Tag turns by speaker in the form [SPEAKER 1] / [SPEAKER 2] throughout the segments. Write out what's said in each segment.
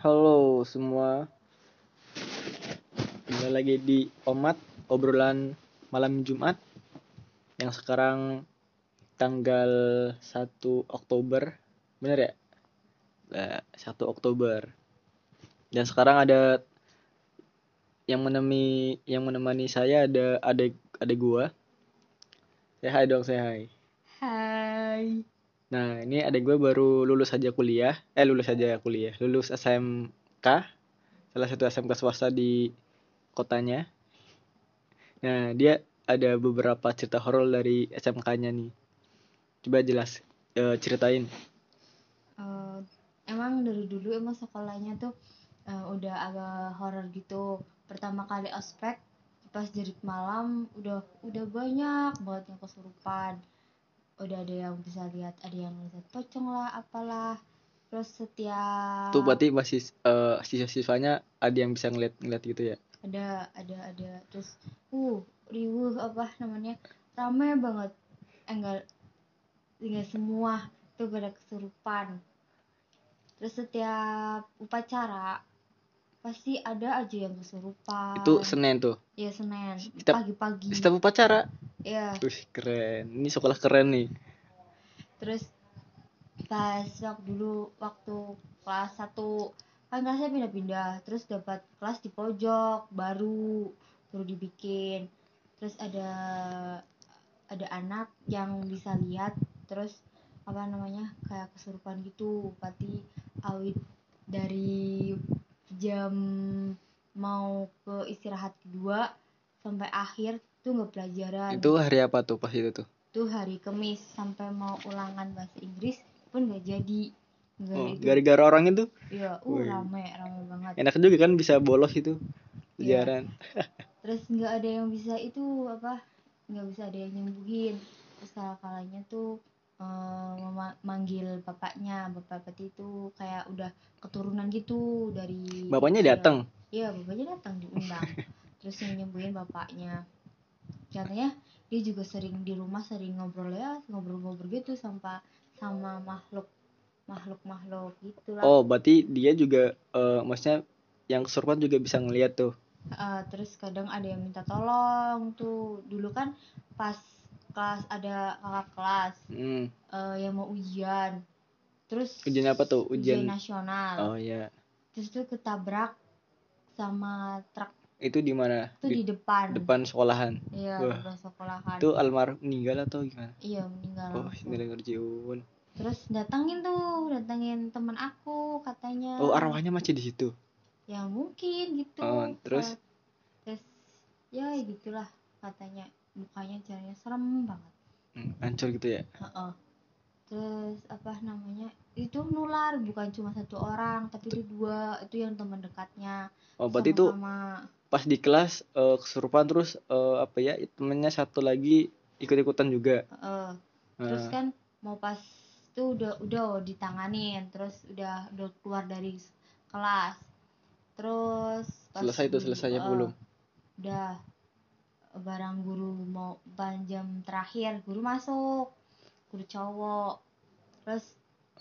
[SPEAKER 1] Halo semua. Kembali lagi di Omat obrolan malam Jumat yang sekarang tanggal 1 Oktober. Bener ya? Nah, 1 Oktober. Dan sekarang ada yang menemani yang menemani saya ada adik adik gua. Saya hai dong, saya hai.
[SPEAKER 2] Hai.
[SPEAKER 1] Nah, ini adik gue baru lulus aja kuliah. Eh, lulus aja kuliah. Lulus SMK. Salah satu SMK swasta di kotanya. Nah, dia ada beberapa cerita horor dari SMK-nya nih. Coba jelas eh, ceritain.
[SPEAKER 2] Eh, emang dari dulu emang sekolahnya tuh eh, udah agak horor gitu. Pertama kali ospek pas jerit malam udah udah banyak banget yang kesurupan. Udah ada yang bisa lihat, ada yang lihat pocong lah, apalah. Terus setiap
[SPEAKER 1] Tuh berarti masih eh, siswa-siswanya ada yang bisa ngeliat-ngeliat gitu ya.
[SPEAKER 2] ada ada ada terus uh riuh apa namanya ramai banget enggak enggak semua tuh pada kesurupan terus setiap upacara pasti ada aja yang kesurupan
[SPEAKER 1] Itu Senin tuh.
[SPEAKER 2] ya Senin
[SPEAKER 1] setiap-
[SPEAKER 2] pagi-pagi
[SPEAKER 1] Setiap upacara.
[SPEAKER 2] ya
[SPEAKER 1] Wih, keren. Ini sekolah keren nih.
[SPEAKER 2] terus pas waktu dulu waktu kelas 1 kan kelasnya pindah-pindah terus dapat kelas di pojok baru baru dibikin terus ada ada anak yang bisa lihat terus apa namanya kayak kesurupan gitu pati awit dari jam mau ke istirahat kedua sampai akhir tuh nggak pelajaran
[SPEAKER 1] Itu hari apa tuh pas itu tuh?
[SPEAKER 2] tuh hari Kamis sampai mau ulangan bahasa Inggris pun gak jadi nggak
[SPEAKER 1] Oh,
[SPEAKER 2] itu
[SPEAKER 1] gara-gara orang itu
[SPEAKER 2] ya uh
[SPEAKER 1] Wih.
[SPEAKER 2] rame rame banget
[SPEAKER 1] enak juga kan bisa bolos itu.
[SPEAKER 2] Iya.
[SPEAKER 1] Pelajaran.
[SPEAKER 2] terus nggak ada yang bisa itu apa nggak bisa ada yang nyembuhin terus kalanya tuh eh, mema- manggil bapaknya bapak peti itu kayak udah keturunan gitu dari
[SPEAKER 1] Bapaknya
[SPEAKER 2] kecil.
[SPEAKER 1] datang.
[SPEAKER 2] Iya, bapaknya datang diundang. Terus yang nyembuhin bapaknya. Katanya dia juga sering di rumah sering ngobrol ya, ngobrol-ngobrol gitu sama sama makhluk makhluk-makhluk gitulah.
[SPEAKER 1] Oh, berarti dia juga eh, maksudnya yang kesurupan juga bisa ngelihat tuh.
[SPEAKER 2] Eh, terus kadang ada yang minta tolong tuh. Dulu kan pas kelas ada kakak kelas
[SPEAKER 1] Hmm.
[SPEAKER 2] eh, yang mau ujian. Terus
[SPEAKER 1] Ujian apa tuh?
[SPEAKER 2] Ujian,
[SPEAKER 1] Ujian-
[SPEAKER 2] nasional.
[SPEAKER 1] Oh ya.
[SPEAKER 2] Terus tuh ketabrak sama truk
[SPEAKER 1] Itu di mana?
[SPEAKER 2] tuh di,
[SPEAKER 1] Di
[SPEAKER 2] depan.
[SPEAKER 1] depan sekolahan.
[SPEAKER 2] Iya,
[SPEAKER 1] Wah.
[SPEAKER 2] depan sekolahan.
[SPEAKER 1] Itu almarhum meninggal atau gimana?
[SPEAKER 2] Iya, meninggal.
[SPEAKER 1] Oh,
[SPEAKER 2] langsung.
[SPEAKER 1] ini ngerjiun.
[SPEAKER 2] terus datangin tuh datangin teman aku katanya
[SPEAKER 1] Oh, arwahnya masih di situ.
[SPEAKER 2] ya mungkin gitu
[SPEAKER 1] Oh, terus?
[SPEAKER 2] Kalau- terus ya gitulah katanya mukanya caranya serem banget
[SPEAKER 1] Hmm, hancur gitu ya.
[SPEAKER 2] Heeh. terus apa namanya itu nular bukan cuma satu orang tapi itu dua itu yang teman dekatnya
[SPEAKER 1] Oh, berarti itu
[SPEAKER 2] sama
[SPEAKER 1] pas di kelas eh, kesurupan terus eh, apa ya? Temennya satu lagi ikut-ikutan juga.
[SPEAKER 2] terus
[SPEAKER 1] Nah,
[SPEAKER 2] kan mau pas tuh udah udah ditanganin terus udah udah keluar dari s- kelas terus pas
[SPEAKER 1] selesai itu
[SPEAKER 2] guru-
[SPEAKER 1] selesainya
[SPEAKER 2] eh,
[SPEAKER 1] belum.
[SPEAKER 2] udah barang guru mau ban jam terakhir guru masuk guru cowok terus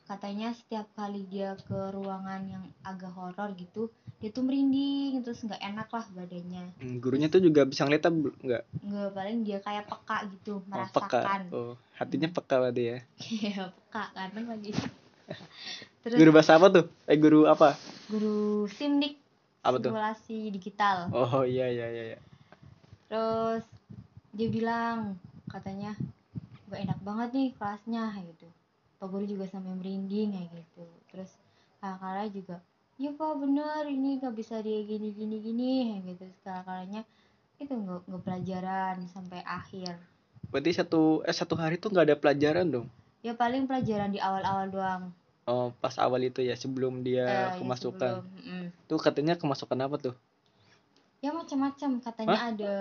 [SPEAKER 2] katanya setiap kali dia ke ruangan yang agak horor gitu dia tuh merinding terus nggak enak lah badannya
[SPEAKER 1] Hmm, gurunya tuh juga bisa ngeliat apa bel- nggak?
[SPEAKER 2] nggak paling dia kayak peka gitu
[SPEAKER 1] Oh, peka.
[SPEAKER 2] merasakan
[SPEAKER 1] Oh, hatinya peka berarti ya.
[SPEAKER 2] Iya, peka kadang lagi terus
[SPEAKER 1] Guru bahasa apa tuh? Eh guru apa?
[SPEAKER 2] guru simdik
[SPEAKER 1] Apa tuh?
[SPEAKER 2] simulasi digital
[SPEAKER 1] Oh iya iya iya. iya.
[SPEAKER 2] terus dia bilang katanya gak enak banget nih kelasnya kayak gitu pak guru juga sampai merinding kayak gitu terus kakak juga iya pak bener ini gak bisa dia gini gini gini kayak gitu sekarang kalanya itu nggak nggak pelajaran sampai akhir
[SPEAKER 1] Berarti satu eh satu hari tuh nggak ada pelajaran dong.
[SPEAKER 2] ya paling pelajaran di awal-awal doang
[SPEAKER 1] Oh, pas awal itu ya sebelum dia
[SPEAKER 2] eh, yang
[SPEAKER 1] kemasukan.
[SPEAKER 2] sebelum, mm.
[SPEAKER 1] Tuh katanya kemasukan apa tuh?
[SPEAKER 2] ya macam-macam katanya ada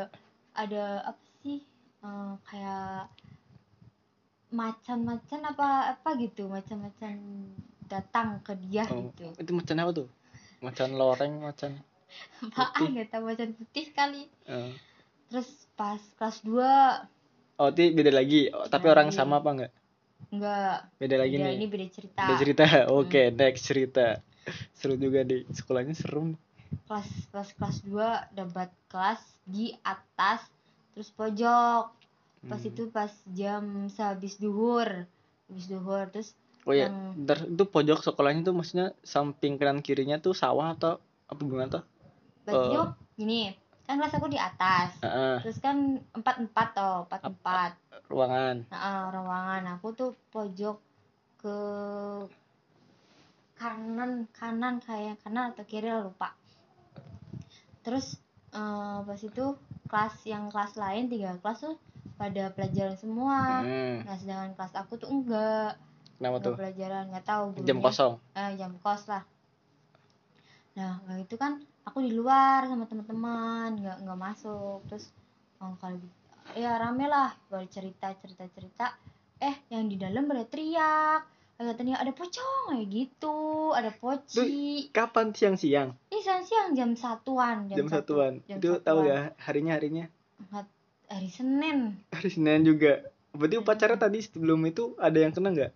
[SPEAKER 2] ada apa sih eh, kayak macan-macan apa apa gitu macan-macan datang ke dia
[SPEAKER 1] Oh,
[SPEAKER 2] gitu
[SPEAKER 1] itu macan apa tuh? Macan loreng, macan.
[SPEAKER 2] apaan nggak tahu macan putih kali
[SPEAKER 1] eh.
[SPEAKER 2] terus pas kelas 2
[SPEAKER 1] Oh, itu beda lagi. Oh, tapi
[SPEAKER 2] Beda
[SPEAKER 1] orang
[SPEAKER 2] lagi.
[SPEAKER 1] sama apa enggak?
[SPEAKER 2] nggak
[SPEAKER 1] Beda lagi
[SPEAKER 2] beda
[SPEAKER 1] nih.
[SPEAKER 2] ini Iya, beda Hmm. cerita
[SPEAKER 1] Beda cerita. Oke, next cerita. seru juga di sekolahnya serem
[SPEAKER 2] kelas pas kelas 2 dapat kelas di atas terus pojok pas
[SPEAKER 1] Hmm.
[SPEAKER 2] itu pas jam sehabis duhur habis duhur terus
[SPEAKER 1] oh ya
[SPEAKER 2] yang-
[SPEAKER 1] ntar itu pojok sekolahnya tuh maksudnya samping kanan kirinya tuh sawah atau apa gimana tuh Oh.
[SPEAKER 2] baju gini kan kelas aku di atas
[SPEAKER 1] Heeh,
[SPEAKER 2] terus kan empat empat toh empat
[SPEAKER 1] Ap-
[SPEAKER 2] empat
[SPEAKER 1] ruangan
[SPEAKER 2] nah, ruangan aku tuh pojok ke kanan kanan kayak kanan atau kiri lah, lupa terus eh, pas itu kelas yang kelas lain tiga kelas tuh pada pelajaran semua
[SPEAKER 1] Hmm,
[SPEAKER 2] nah sedangkan kelas aku tuh enggak
[SPEAKER 1] kenapa
[SPEAKER 2] enggak
[SPEAKER 1] tuh
[SPEAKER 2] pelajaran nggak tahu
[SPEAKER 1] jam
[SPEAKER 2] gurunya-
[SPEAKER 1] kosong
[SPEAKER 2] eh, jam kos lah nah waktu itu kan aku di luar sama teman-teman nggak nggak masuk terus oh, kalau gitu- ya rame lah baru cerita cerita cerita eh yang di dalam pada teriak ada teriak ada pocong kayak gitu ada poci
[SPEAKER 1] kapan siang-siang
[SPEAKER 2] ini siang siang jam satuan
[SPEAKER 1] jam,
[SPEAKER 2] satu.
[SPEAKER 1] satuan
[SPEAKER 2] jam
[SPEAKER 1] itu tahu ya harinya harinya
[SPEAKER 2] Nggak- hari senin
[SPEAKER 1] hari Senin juga berarti
[SPEAKER 2] Hmm.
[SPEAKER 1] upacara tadi sebelum itu ada yang kena nggak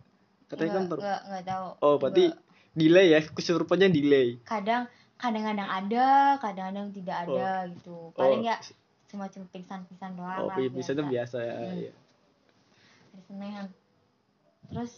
[SPEAKER 1] katanya kan
[SPEAKER 2] nggak
[SPEAKER 1] per-
[SPEAKER 2] nggak nggak tahu
[SPEAKER 1] oh berarti
[SPEAKER 2] Nggak.
[SPEAKER 1] delay ya kesurupannya delay
[SPEAKER 2] kadang kadang-kadang ada kadang-kadang tidak ada gitu paling ya semacam pingsan-pingsan doang
[SPEAKER 1] oh
[SPEAKER 2] lah
[SPEAKER 1] bisa tuh biasa
[SPEAKER 2] biasa.
[SPEAKER 1] ya
[SPEAKER 2] Hmm.
[SPEAKER 1] iya.
[SPEAKER 2] hari Senin terus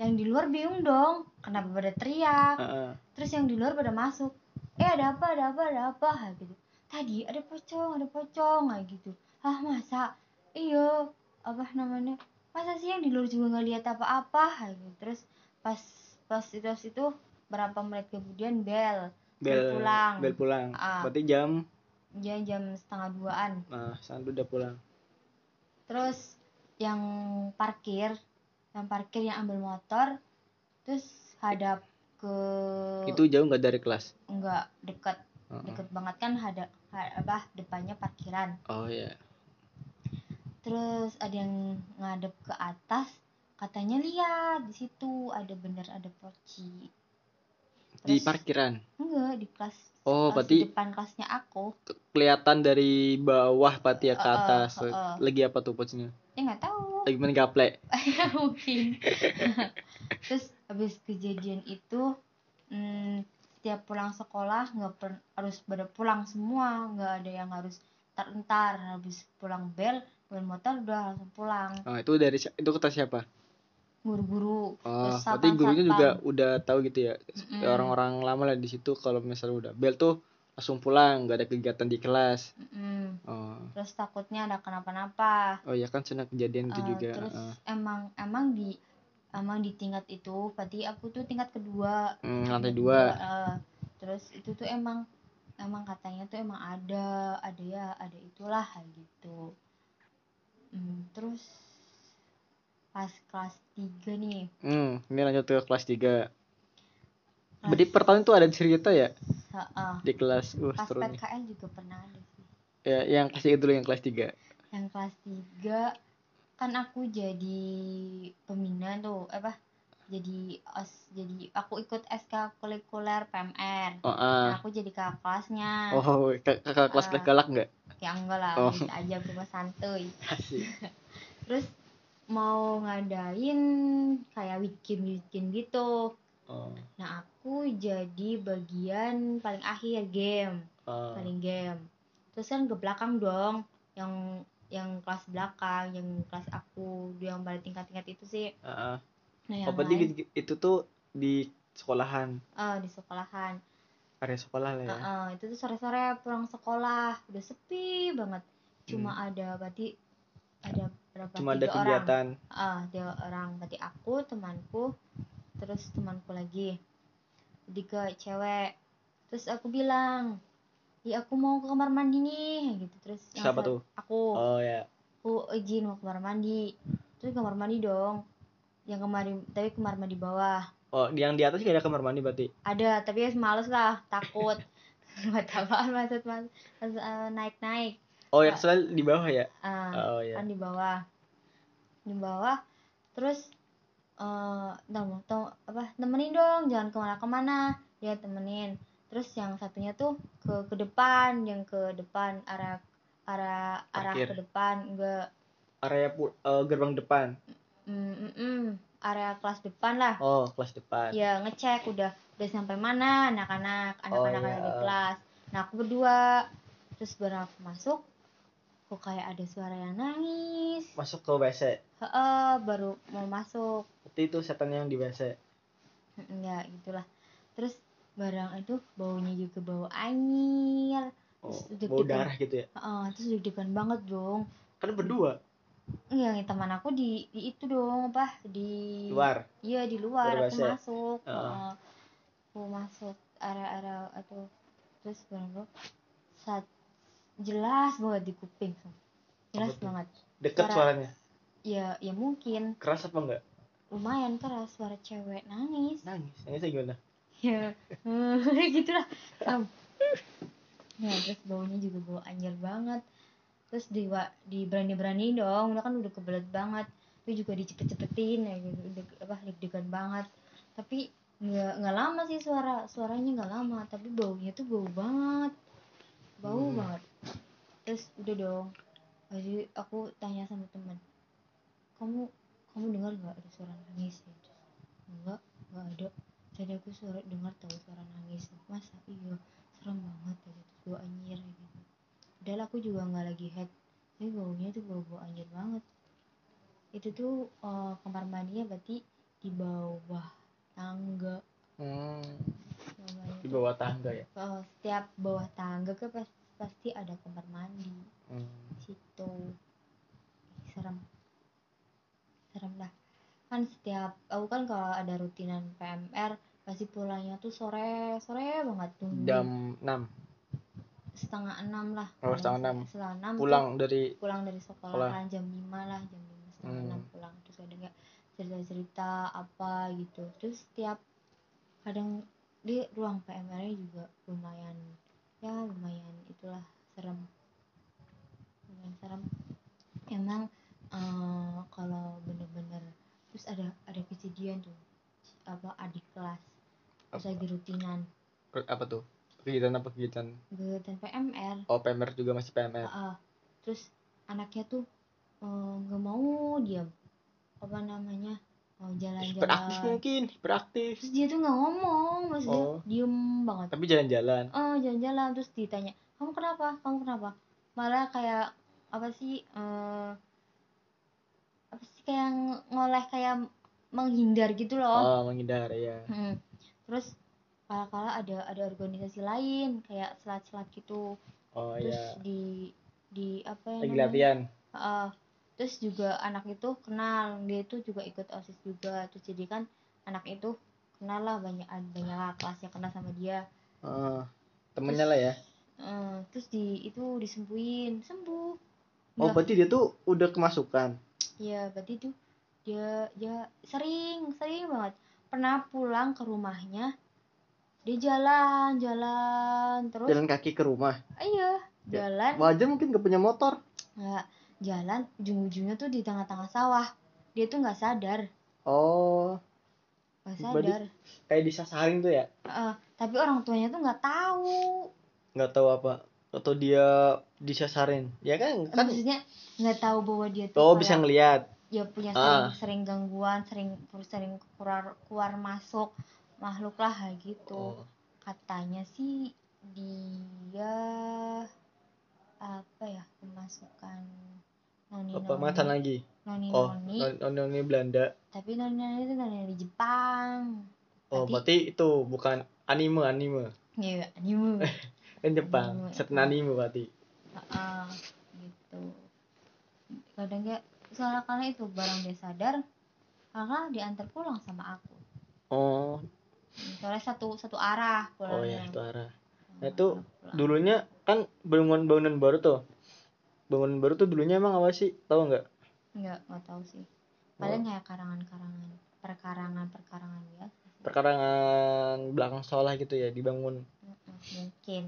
[SPEAKER 2] yang di luar bingung dong kenapa pada teriak
[SPEAKER 1] Heeh.
[SPEAKER 2] terus yang di luar pada masuk eh ada apa ada apa ada apa Nah, gitu tadi ada pocong ada pocong kayak gitu ah masa iyo apa namanya masa sih yang di luar juga nggak lihat apa-apa Nah, gitu. terus pas pas itu pas itu berapa menit kemudian bel
[SPEAKER 1] bel
[SPEAKER 2] Bel pulang.
[SPEAKER 1] bel pulang
[SPEAKER 2] Ah.
[SPEAKER 1] berarti jam
[SPEAKER 2] jam jam setengah duaan
[SPEAKER 1] nah Sandu udah pulang
[SPEAKER 2] terus yang parkir yang parkir yang ambil motor terus hadap ke
[SPEAKER 1] itu jauh nggak dari kelas
[SPEAKER 2] enggak dekat
[SPEAKER 1] Heeh.
[SPEAKER 2] dekat banget kan hadap ha- apa depannya parkiran
[SPEAKER 1] oh iya
[SPEAKER 2] terus ada yang ngadep ke atas katanya lihat di situ ada bener ada poci
[SPEAKER 1] di
[SPEAKER 2] Terus-
[SPEAKER 1] parkiran
[SPEAKER 2] enggak di kelas
[SPEAKER 1] oh
[SPEAKER 2] kelas di
[SPEAKER 1] berarti
[SPEAKER 2] depan kelasnya aku
[SPEAKER 1] kelihatan dari bawah berarti ya ke
[SPEAKER 2] Heeh,
[SPEAKER 1] atas
[SPEAKER 2] heeh.
[SPEAKER 1] lagi apa tuh pocinya
[SPEAKER 2] ya nggak tahu Ya,
[SPEAKER 1] lagi main gaplek
[SPEAKER 2] mungkin terus habis kejadian itu hmm, setiap pulang sekolah nggak per- harus pada pulang semua nggak ada yang harus entar entar habis pulang bel bel motor udah langsung pulang
[SPEAKER 1] oh, itu dari si- itu kata siapa
[SPEAKER 2] guru-guru
[SPEAKER 1] Oh,
[SPEAKER 2] Terus
[SPEAKER 1] berarti
[SPEAKER 2] satpam-
[SPEAKER 1] gurunya juga
[SPEAKER 2] satpam. Hmm.
[SPEAKER 1] udah tahu gitu ya.
[SPEAKER 2] Mm-mm.
[SPEAKER 1] Orang-orang lama lah di situ kalau misalnya udah bel tuh langsung pulang, nggak ada kegiatan di kelas.
[SPEAKER 2] Mm-mm.
[SPEAKER 1] Oh,
[SPEAKER 2] terus takutnya ada kenapa-napa
[SPEAKER 1] oh ya kan sudah kejadian itu
[SPEAKER 2] Eh,
[SPEAKER 1] juga. Oh.
[SPEAKER 2] terus
[SPEAKER 1] Heeh.
[SPEAKER 2] emang emang di emang di tingkat itu berarti aku tuh tingkat kedua
[SPEAKER 1] Hmm, lantai
[SPEAKER 2] Tingkat
[SPEAKER 1] dua.
[SPEAKER 2] eh, terus itu tuh emang emang katanya tuh emang ada ada ya ada itulah kayak gitu Hmm, terus pas kelas 3 nih
[SPEAKER 1] Hmm, ini lanjut ke kelas 3
[SPEAKER 2] kelas,
[SPEAKER 1] Berarti pertama itu ada cerita ya
[SPEAKER 2] Heeh.
[SPEAKER 1] di kelas. Wah,
[SPEAKER 2] pas
[SPEAKER 1] seru nih.
[SPEAKER 2] PKL juga pernah ada sih
[SPEAKER 1] Ya, yang kelas tiga dulu yang kelas 3
[SPEAKER 2] yang kelas 3 kan aku jadi pembina tuh apa jadi os jadi aku ikut SK kulikuler PMR
[SPEAKER 1] Oh, ah.
[SPEAKER 2] Nah, aku jadi kakak kelasnya
[SPEAKER 1] Oh, kak- kakak kelas
[SPEAKER 2] Nah. Ah.
[SPEAKER 1] galak nggak?
[SPEAKER 2] ya enggak lah
[SPEAKER 1] Oh.
[SPEAKER 2] bisa aja aku mah santuy
[SPEAKER 1] Asik.
[SPEAKER 2] terus mau ngadain kayak weekend weekend gitu
[SPEAKER 1] Oh,
[SPEAKER 2] nah aku jadi bagian paling akhir game
[SPEAKER 1] oh.
[SPEAKER 2] paling game terus kan ke belakang dong yang yang kelas belakang yang kelas aku yang paling tingkat-tingkat itu sih
[SPEAKER 1] Ah, ah.
[SPEAKER 2] nah yang
[SPEAKER 1] Oh, berarti
[SPEAKER 2] lain
[SPEAKER 1] gitu- itu tuh di sekolahan,
[SPEAKER 2] eh, di sekolahan
[SPEAKER 1] area sekolah lah ya.
[SPEAKER 2] Heeh, itu tuh sore-sore pulang sekolah udah sepi banget cuma ada berarti ada berapa
[SPEAKER 1] Hmm. Cuma ada
[SPEAKER 2] tiga orang
[SPEAKER 1] kegiatan.
[SPEAKER 2] Heeh, tiga orang berarti aku temanku terus temanku lagi tiga cewek terus aku bilang ya aku mau ke kamar mandi nih gitu terus yang
[SPEAKER 1] Siapa
[SPEAKER 2] sa-
[SPEAKER 1] tuh?
[SPEAKER 2] aku
[SPEAKER 1] Oh ya.
[SPEAKER 2] aku izin mau ke kamar mandi terus kamar mandi dong yang kemarin tapi kamar mandi bawah
[SPEAKER 1] Oh, yang di atas gak ada kamar mandi berarti?
[SPEAKER 2] ada tapi ya males lah takut buat apaan maksud mas maksud, eh, naik-naik
[SPEAKER 1] Oh, yang
[SPEAKER 2] Ah.
[SPEAKER 1] soalnya di bawah ya?
[SPEAKER 2] Ah,
[SPEAKER 1] Oh, ya.
[SPEAKER 2] kan di bawah di bawah terus eh tau mau- tau- apa temenin dong jangan kemana-kemana dia temenin terus yang satunya tuh ke ke depan yang ke depan arah arah arah
[SPEAKER 1] Parkir.
[SPEAKER 2] ke depan enggak
[SPEAKER 1] Area pu- eh, gerbang depan.
[SPEAKER 2] mm, mm, mm. area kelas depan lah
[SPEAKER 1] Oh, kelas depan.
[SPEAKER 2] ya ngecek udah udah sampai mana anak-anak anak-anak
[SPEAKER 1] Oh,
[SPEAKER 2] ada
[SPEAKER 1] iya.
[SPEAKER 2] di kelas nah aku berdua terus baru aku masuk kok kayak ada suara yang nangis
[SPEAKER 1] Masuk ke WC.
[SPEAKER 2] Heeh, baru mau masuk
[SPEAKER 1] Berarti itu setan yang di WC.
[SPEAKER 2] Mm, ya gitulah terus barang itu baunya juga bau anyir
[SPEAKER 1] Oh,
[SPEAKER 2] Terus
[SPEAKER 1] bau
[SPEAKER 2] deg-degan.
[SPEAKER 1] darah gitu ya.
[SPEAKER 2] Heeh, terus deg-degan banget dong
[SPEAKER 1] Kan berdua
[SPEAKER 2] yang teman aku di, di itu dong apa di
[SPEAKER 1] luar.
[SPEAKER 2] Iya di luar aku
[SPEAKER 1] Berbahasa.
[SPEAKER 2] masuk.
[SPEAKER 1] Heeh.
[SPEAKER 2] heeh. Aku masuk area-area itu terus baru saat jelas banget di kuping. Jelas
[SPEAKER 1] Apa tuh?
[SPEAKER 2] banget.
[SPEAKER 1] Deket
[SPEAKER 2] Suara.
[SPEAKER 1] suaranya.
[SPEAKER 2] Ya ya mungkin
[SPEAKER 1] Keras apa enggak?
[SPEAKER 2] lumayan keras suara cewek nangis.
[SPEAKER 1] Nangis. Nangisnya gimana?
[SPEAKER 2] Ya eh, gitulah. Am. Ya terus baunya juga bau anjir banget. Terus di di berani-berani dong, udah kan udah kebelet banget. Itu juga dicepet-cepetin ya gitu, udah apa deg-degan banget. Tapi nggak nggak lama sih suara suaranya nggak lama, tapi baunya tuh bau banget. Bau
[SPEAKER 1] Hmm.
[SPEAKER 2] banget. Terus udah dong. Jadi aku tanya sama teman. Kamu kamu dengar nggak ada suara nangis? Terus, Enggak, nggak ada tadi aku suara dengar tahu suara nangis masa iya serem banget ya gitu bau anjir ya gitu padahal aku juga nggak lagi head tapi baunya tuh bau bau anjir banget itu tuh eh, kamar mandinya berarti di bawah tangga
[SPEAKER 1] Hmm,
[SPEAKER 2] namanya
[SPEAKER 1] di
[SPEAKER 2] tuh.
[SPEAKER 1] bawah tangga ya.
[SPEAKER 2] Eh, setiap bawah tangga kan pas- pasti ada kamar mandi
[SPEAKER 1] Hmm.
[SPEAKER 2] situ serem serem dah kan setiap aku kan kalau ada rutinan PMR pasti pulangnya tuh sore sore banget tunggu
[SPEAKER 1] Jam 6
[SPEAKER 2] setengah enam lah
[SPEAKER 1] Oh,
[SPEAKER 2] Kalau
[SPEAKER 1] setengah enam.
[SPEAKER 2] setengah enam tuh
[SPEAKER 1] pulang dari
[SPEAKER 2] pulang dari sekolah
[SPEAKER 1] Sekolah.
[SPEAKER 2] kan jam 5 lah jam 5 setengah
[SPEAKER 1] Hmm.
[SPEAKER 2] enam pulang terus ada nggak cerita-cerita apa gitu terus setiap kadang di ruang PMR -nya juga lumayan ya lumayan itulah serem lumayan serem emang eh, kalau bener-bener terus ada ada kejadian tuh apa adik kelas terus lagi rutinan
[SPEAKER 1] apa tuh? Kegiatan apa kegiatan?
[SPEAKER 2] kegiatan PMR
[SPEAKER 1] Oh, PMR juga masih PMR.
[SPEAKER 2] Heeh. terus anaknya tuh eh, nggak mau diam apa namanya mau
[SPEAKER 1] Hiperaktif
[SPEAKER 2] jalan-jalan
[SPEAKER 1] mungkin, hiperaktif.
[SPEAKER 2] terus dia tuh nggak ngomong maksudnya
[SPEAKER 1] Oh.
[SPEAKER 2] diem banget
[SPEAKER 1] Tapi jalan-jalan.
[SPEAKER 2] oh jalan-jalan terus ditanya kamu kenapa kamu kenapa malah kayak apa sih eh, apa sih kayak ng- ngoleh kayak menghindar gitu loh
[SPEAKER 1] Oh, menghindar ya.
[SPEAKER 2] Mm. terus kala-kala ada ada organisasi lain kayak selat-selat gitu
[SPEAKER 1] Oh
[SPEAKER 2] terus
[SPEAKER 1] ya.
[SPEAKER 2] di di apa ya
[SPEAKER 1] Lagi
[SPEAKER 2] namanya?
[SPEAKER 1] latihan.
[SPEAKER 2] Heeh. terus juga anak itu kenal dia itu juga ikut osis juga terus jadi kan anak itu kenal lah banyak banyak lah kelasnya kenal sama dia
[SPEAKER 1] Heeh. temennya lah ya.
[SPEAKER 2] Eh, terus di itu disembuhin sembuh
[SPEAKER 1] Oh,
[SPEAKER 2] Nggak-
[SPEAKER 1] berarti dia tuh udah kemasukan.
[SPEAKER 2] Iya, berarti tuh dia dia sering sering banget pernah pulang ke rumahnya dia jalan jalan terus
[SPEAKER 1] Jalan kaki ke rumah.
[SPEAKER 2] iya
[SPEAKER 1] Ya.
[SPEAKER 2] jalan
[SPEAKER 1] Wajah mungkin gak punya motor.
[SPEAKER 2] nggak jalan ujung-ujungnya tuh di tengah-tengah sawah dia tuh nggak sadar
[SPEAKER 1] Oh,
[SPEAKER 2] nggak
[SPEAKER 1] Berarti-
[SPEAKER 2] sadar
[SPEAKER 1] kayak disasarin tuh ya.
[SPEAKER 2] Heeh, tapi orang tuanya tuh nggak tahu
[SPEAKER 1] Nggak tahu apa. Atau dia disasarin. Ya kan? kan
[SPEAKER 2] maksudnya nggak tahu bahwa dia tuh
[SPEAKER 1] oh,
[SPEAKER 2] kayak-
[SPEAKER 1] bisa ngelihat.
[SPEAKER 2] ya punya sering,
[SPEAKER 1] Ah.
[SPEAKER 2] sering gangguan sering sering keluar keluar masuk makhluk lah
[SPEAKER 1] Oh.
[SPEAKER 2] gitu katanya sih dia apa ya kemasukan noni
[SPEAKER 1] Apa macan
[SPEAKER 2] noni
[SPEAKER 1] lagi?
[SPEAKER 2] noni
[SPEAKER 1] Oh,
[SPEAKER 2] noni
[SPEAKER 1] noni Belanda.
[SPEAKER 2] tapi noni noni itu noni noni Jepang
[SPEAKER 1] Oh, berarti
[SPEAKER 2] Berarti-
[SPEAKER 1] itu bukan anime, anime.
[SPEAKER 2] ya anime
[SPEAKER 1] Kan Jepang,
[SPEAKER 2] Anime.
[SPEAKER 1] setan anime berarti.
[SPEAKER 2] Heeh, gitu kadang dia soalnya kala itu barang dia sadar kakak diantar pulang sama aku
[SPEAKER 1] Oh,
[SPEAKER 2] soalnya satu satu arah pulang
[SPEAKER 1] oh ya itu arah. Nah, itu
[SPEAKER 2] Pulang.
[SPEAKER 1] dulunya kan bangunan bangunan baru tuh bangunan baru tuh dulunya emang apa sih tahu nggak
[SPEAKER 2] nggak nggak tahu sih
[SPEAKER 1] Oh,
[SPEAKER 2] paling kayak karangan-karangan perkarangan-perkarangan biasa sih.
[SPEAKER 1] perkarangan belakang sekolah gitu ya dibangun
[SPEAKER 2] Mm-mm, mungkin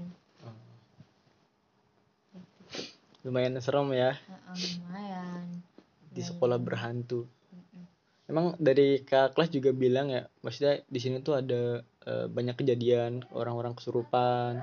[SPEAKER 1] lumayan serem ya
[SPEAKER 2] Heeh, lumayan
[SPEAKER 1] di
[SPEAKER 2] Lumayan.
[SPEAKER 1] sekolah berhantu
[SPEAKER 2] Iya. Mm-mm.
[SPEAKER 1] emang dari kak kelas juga bilang ya maksudnya di sini tuh ada eh, banyak kejadian orang-orang kesurupan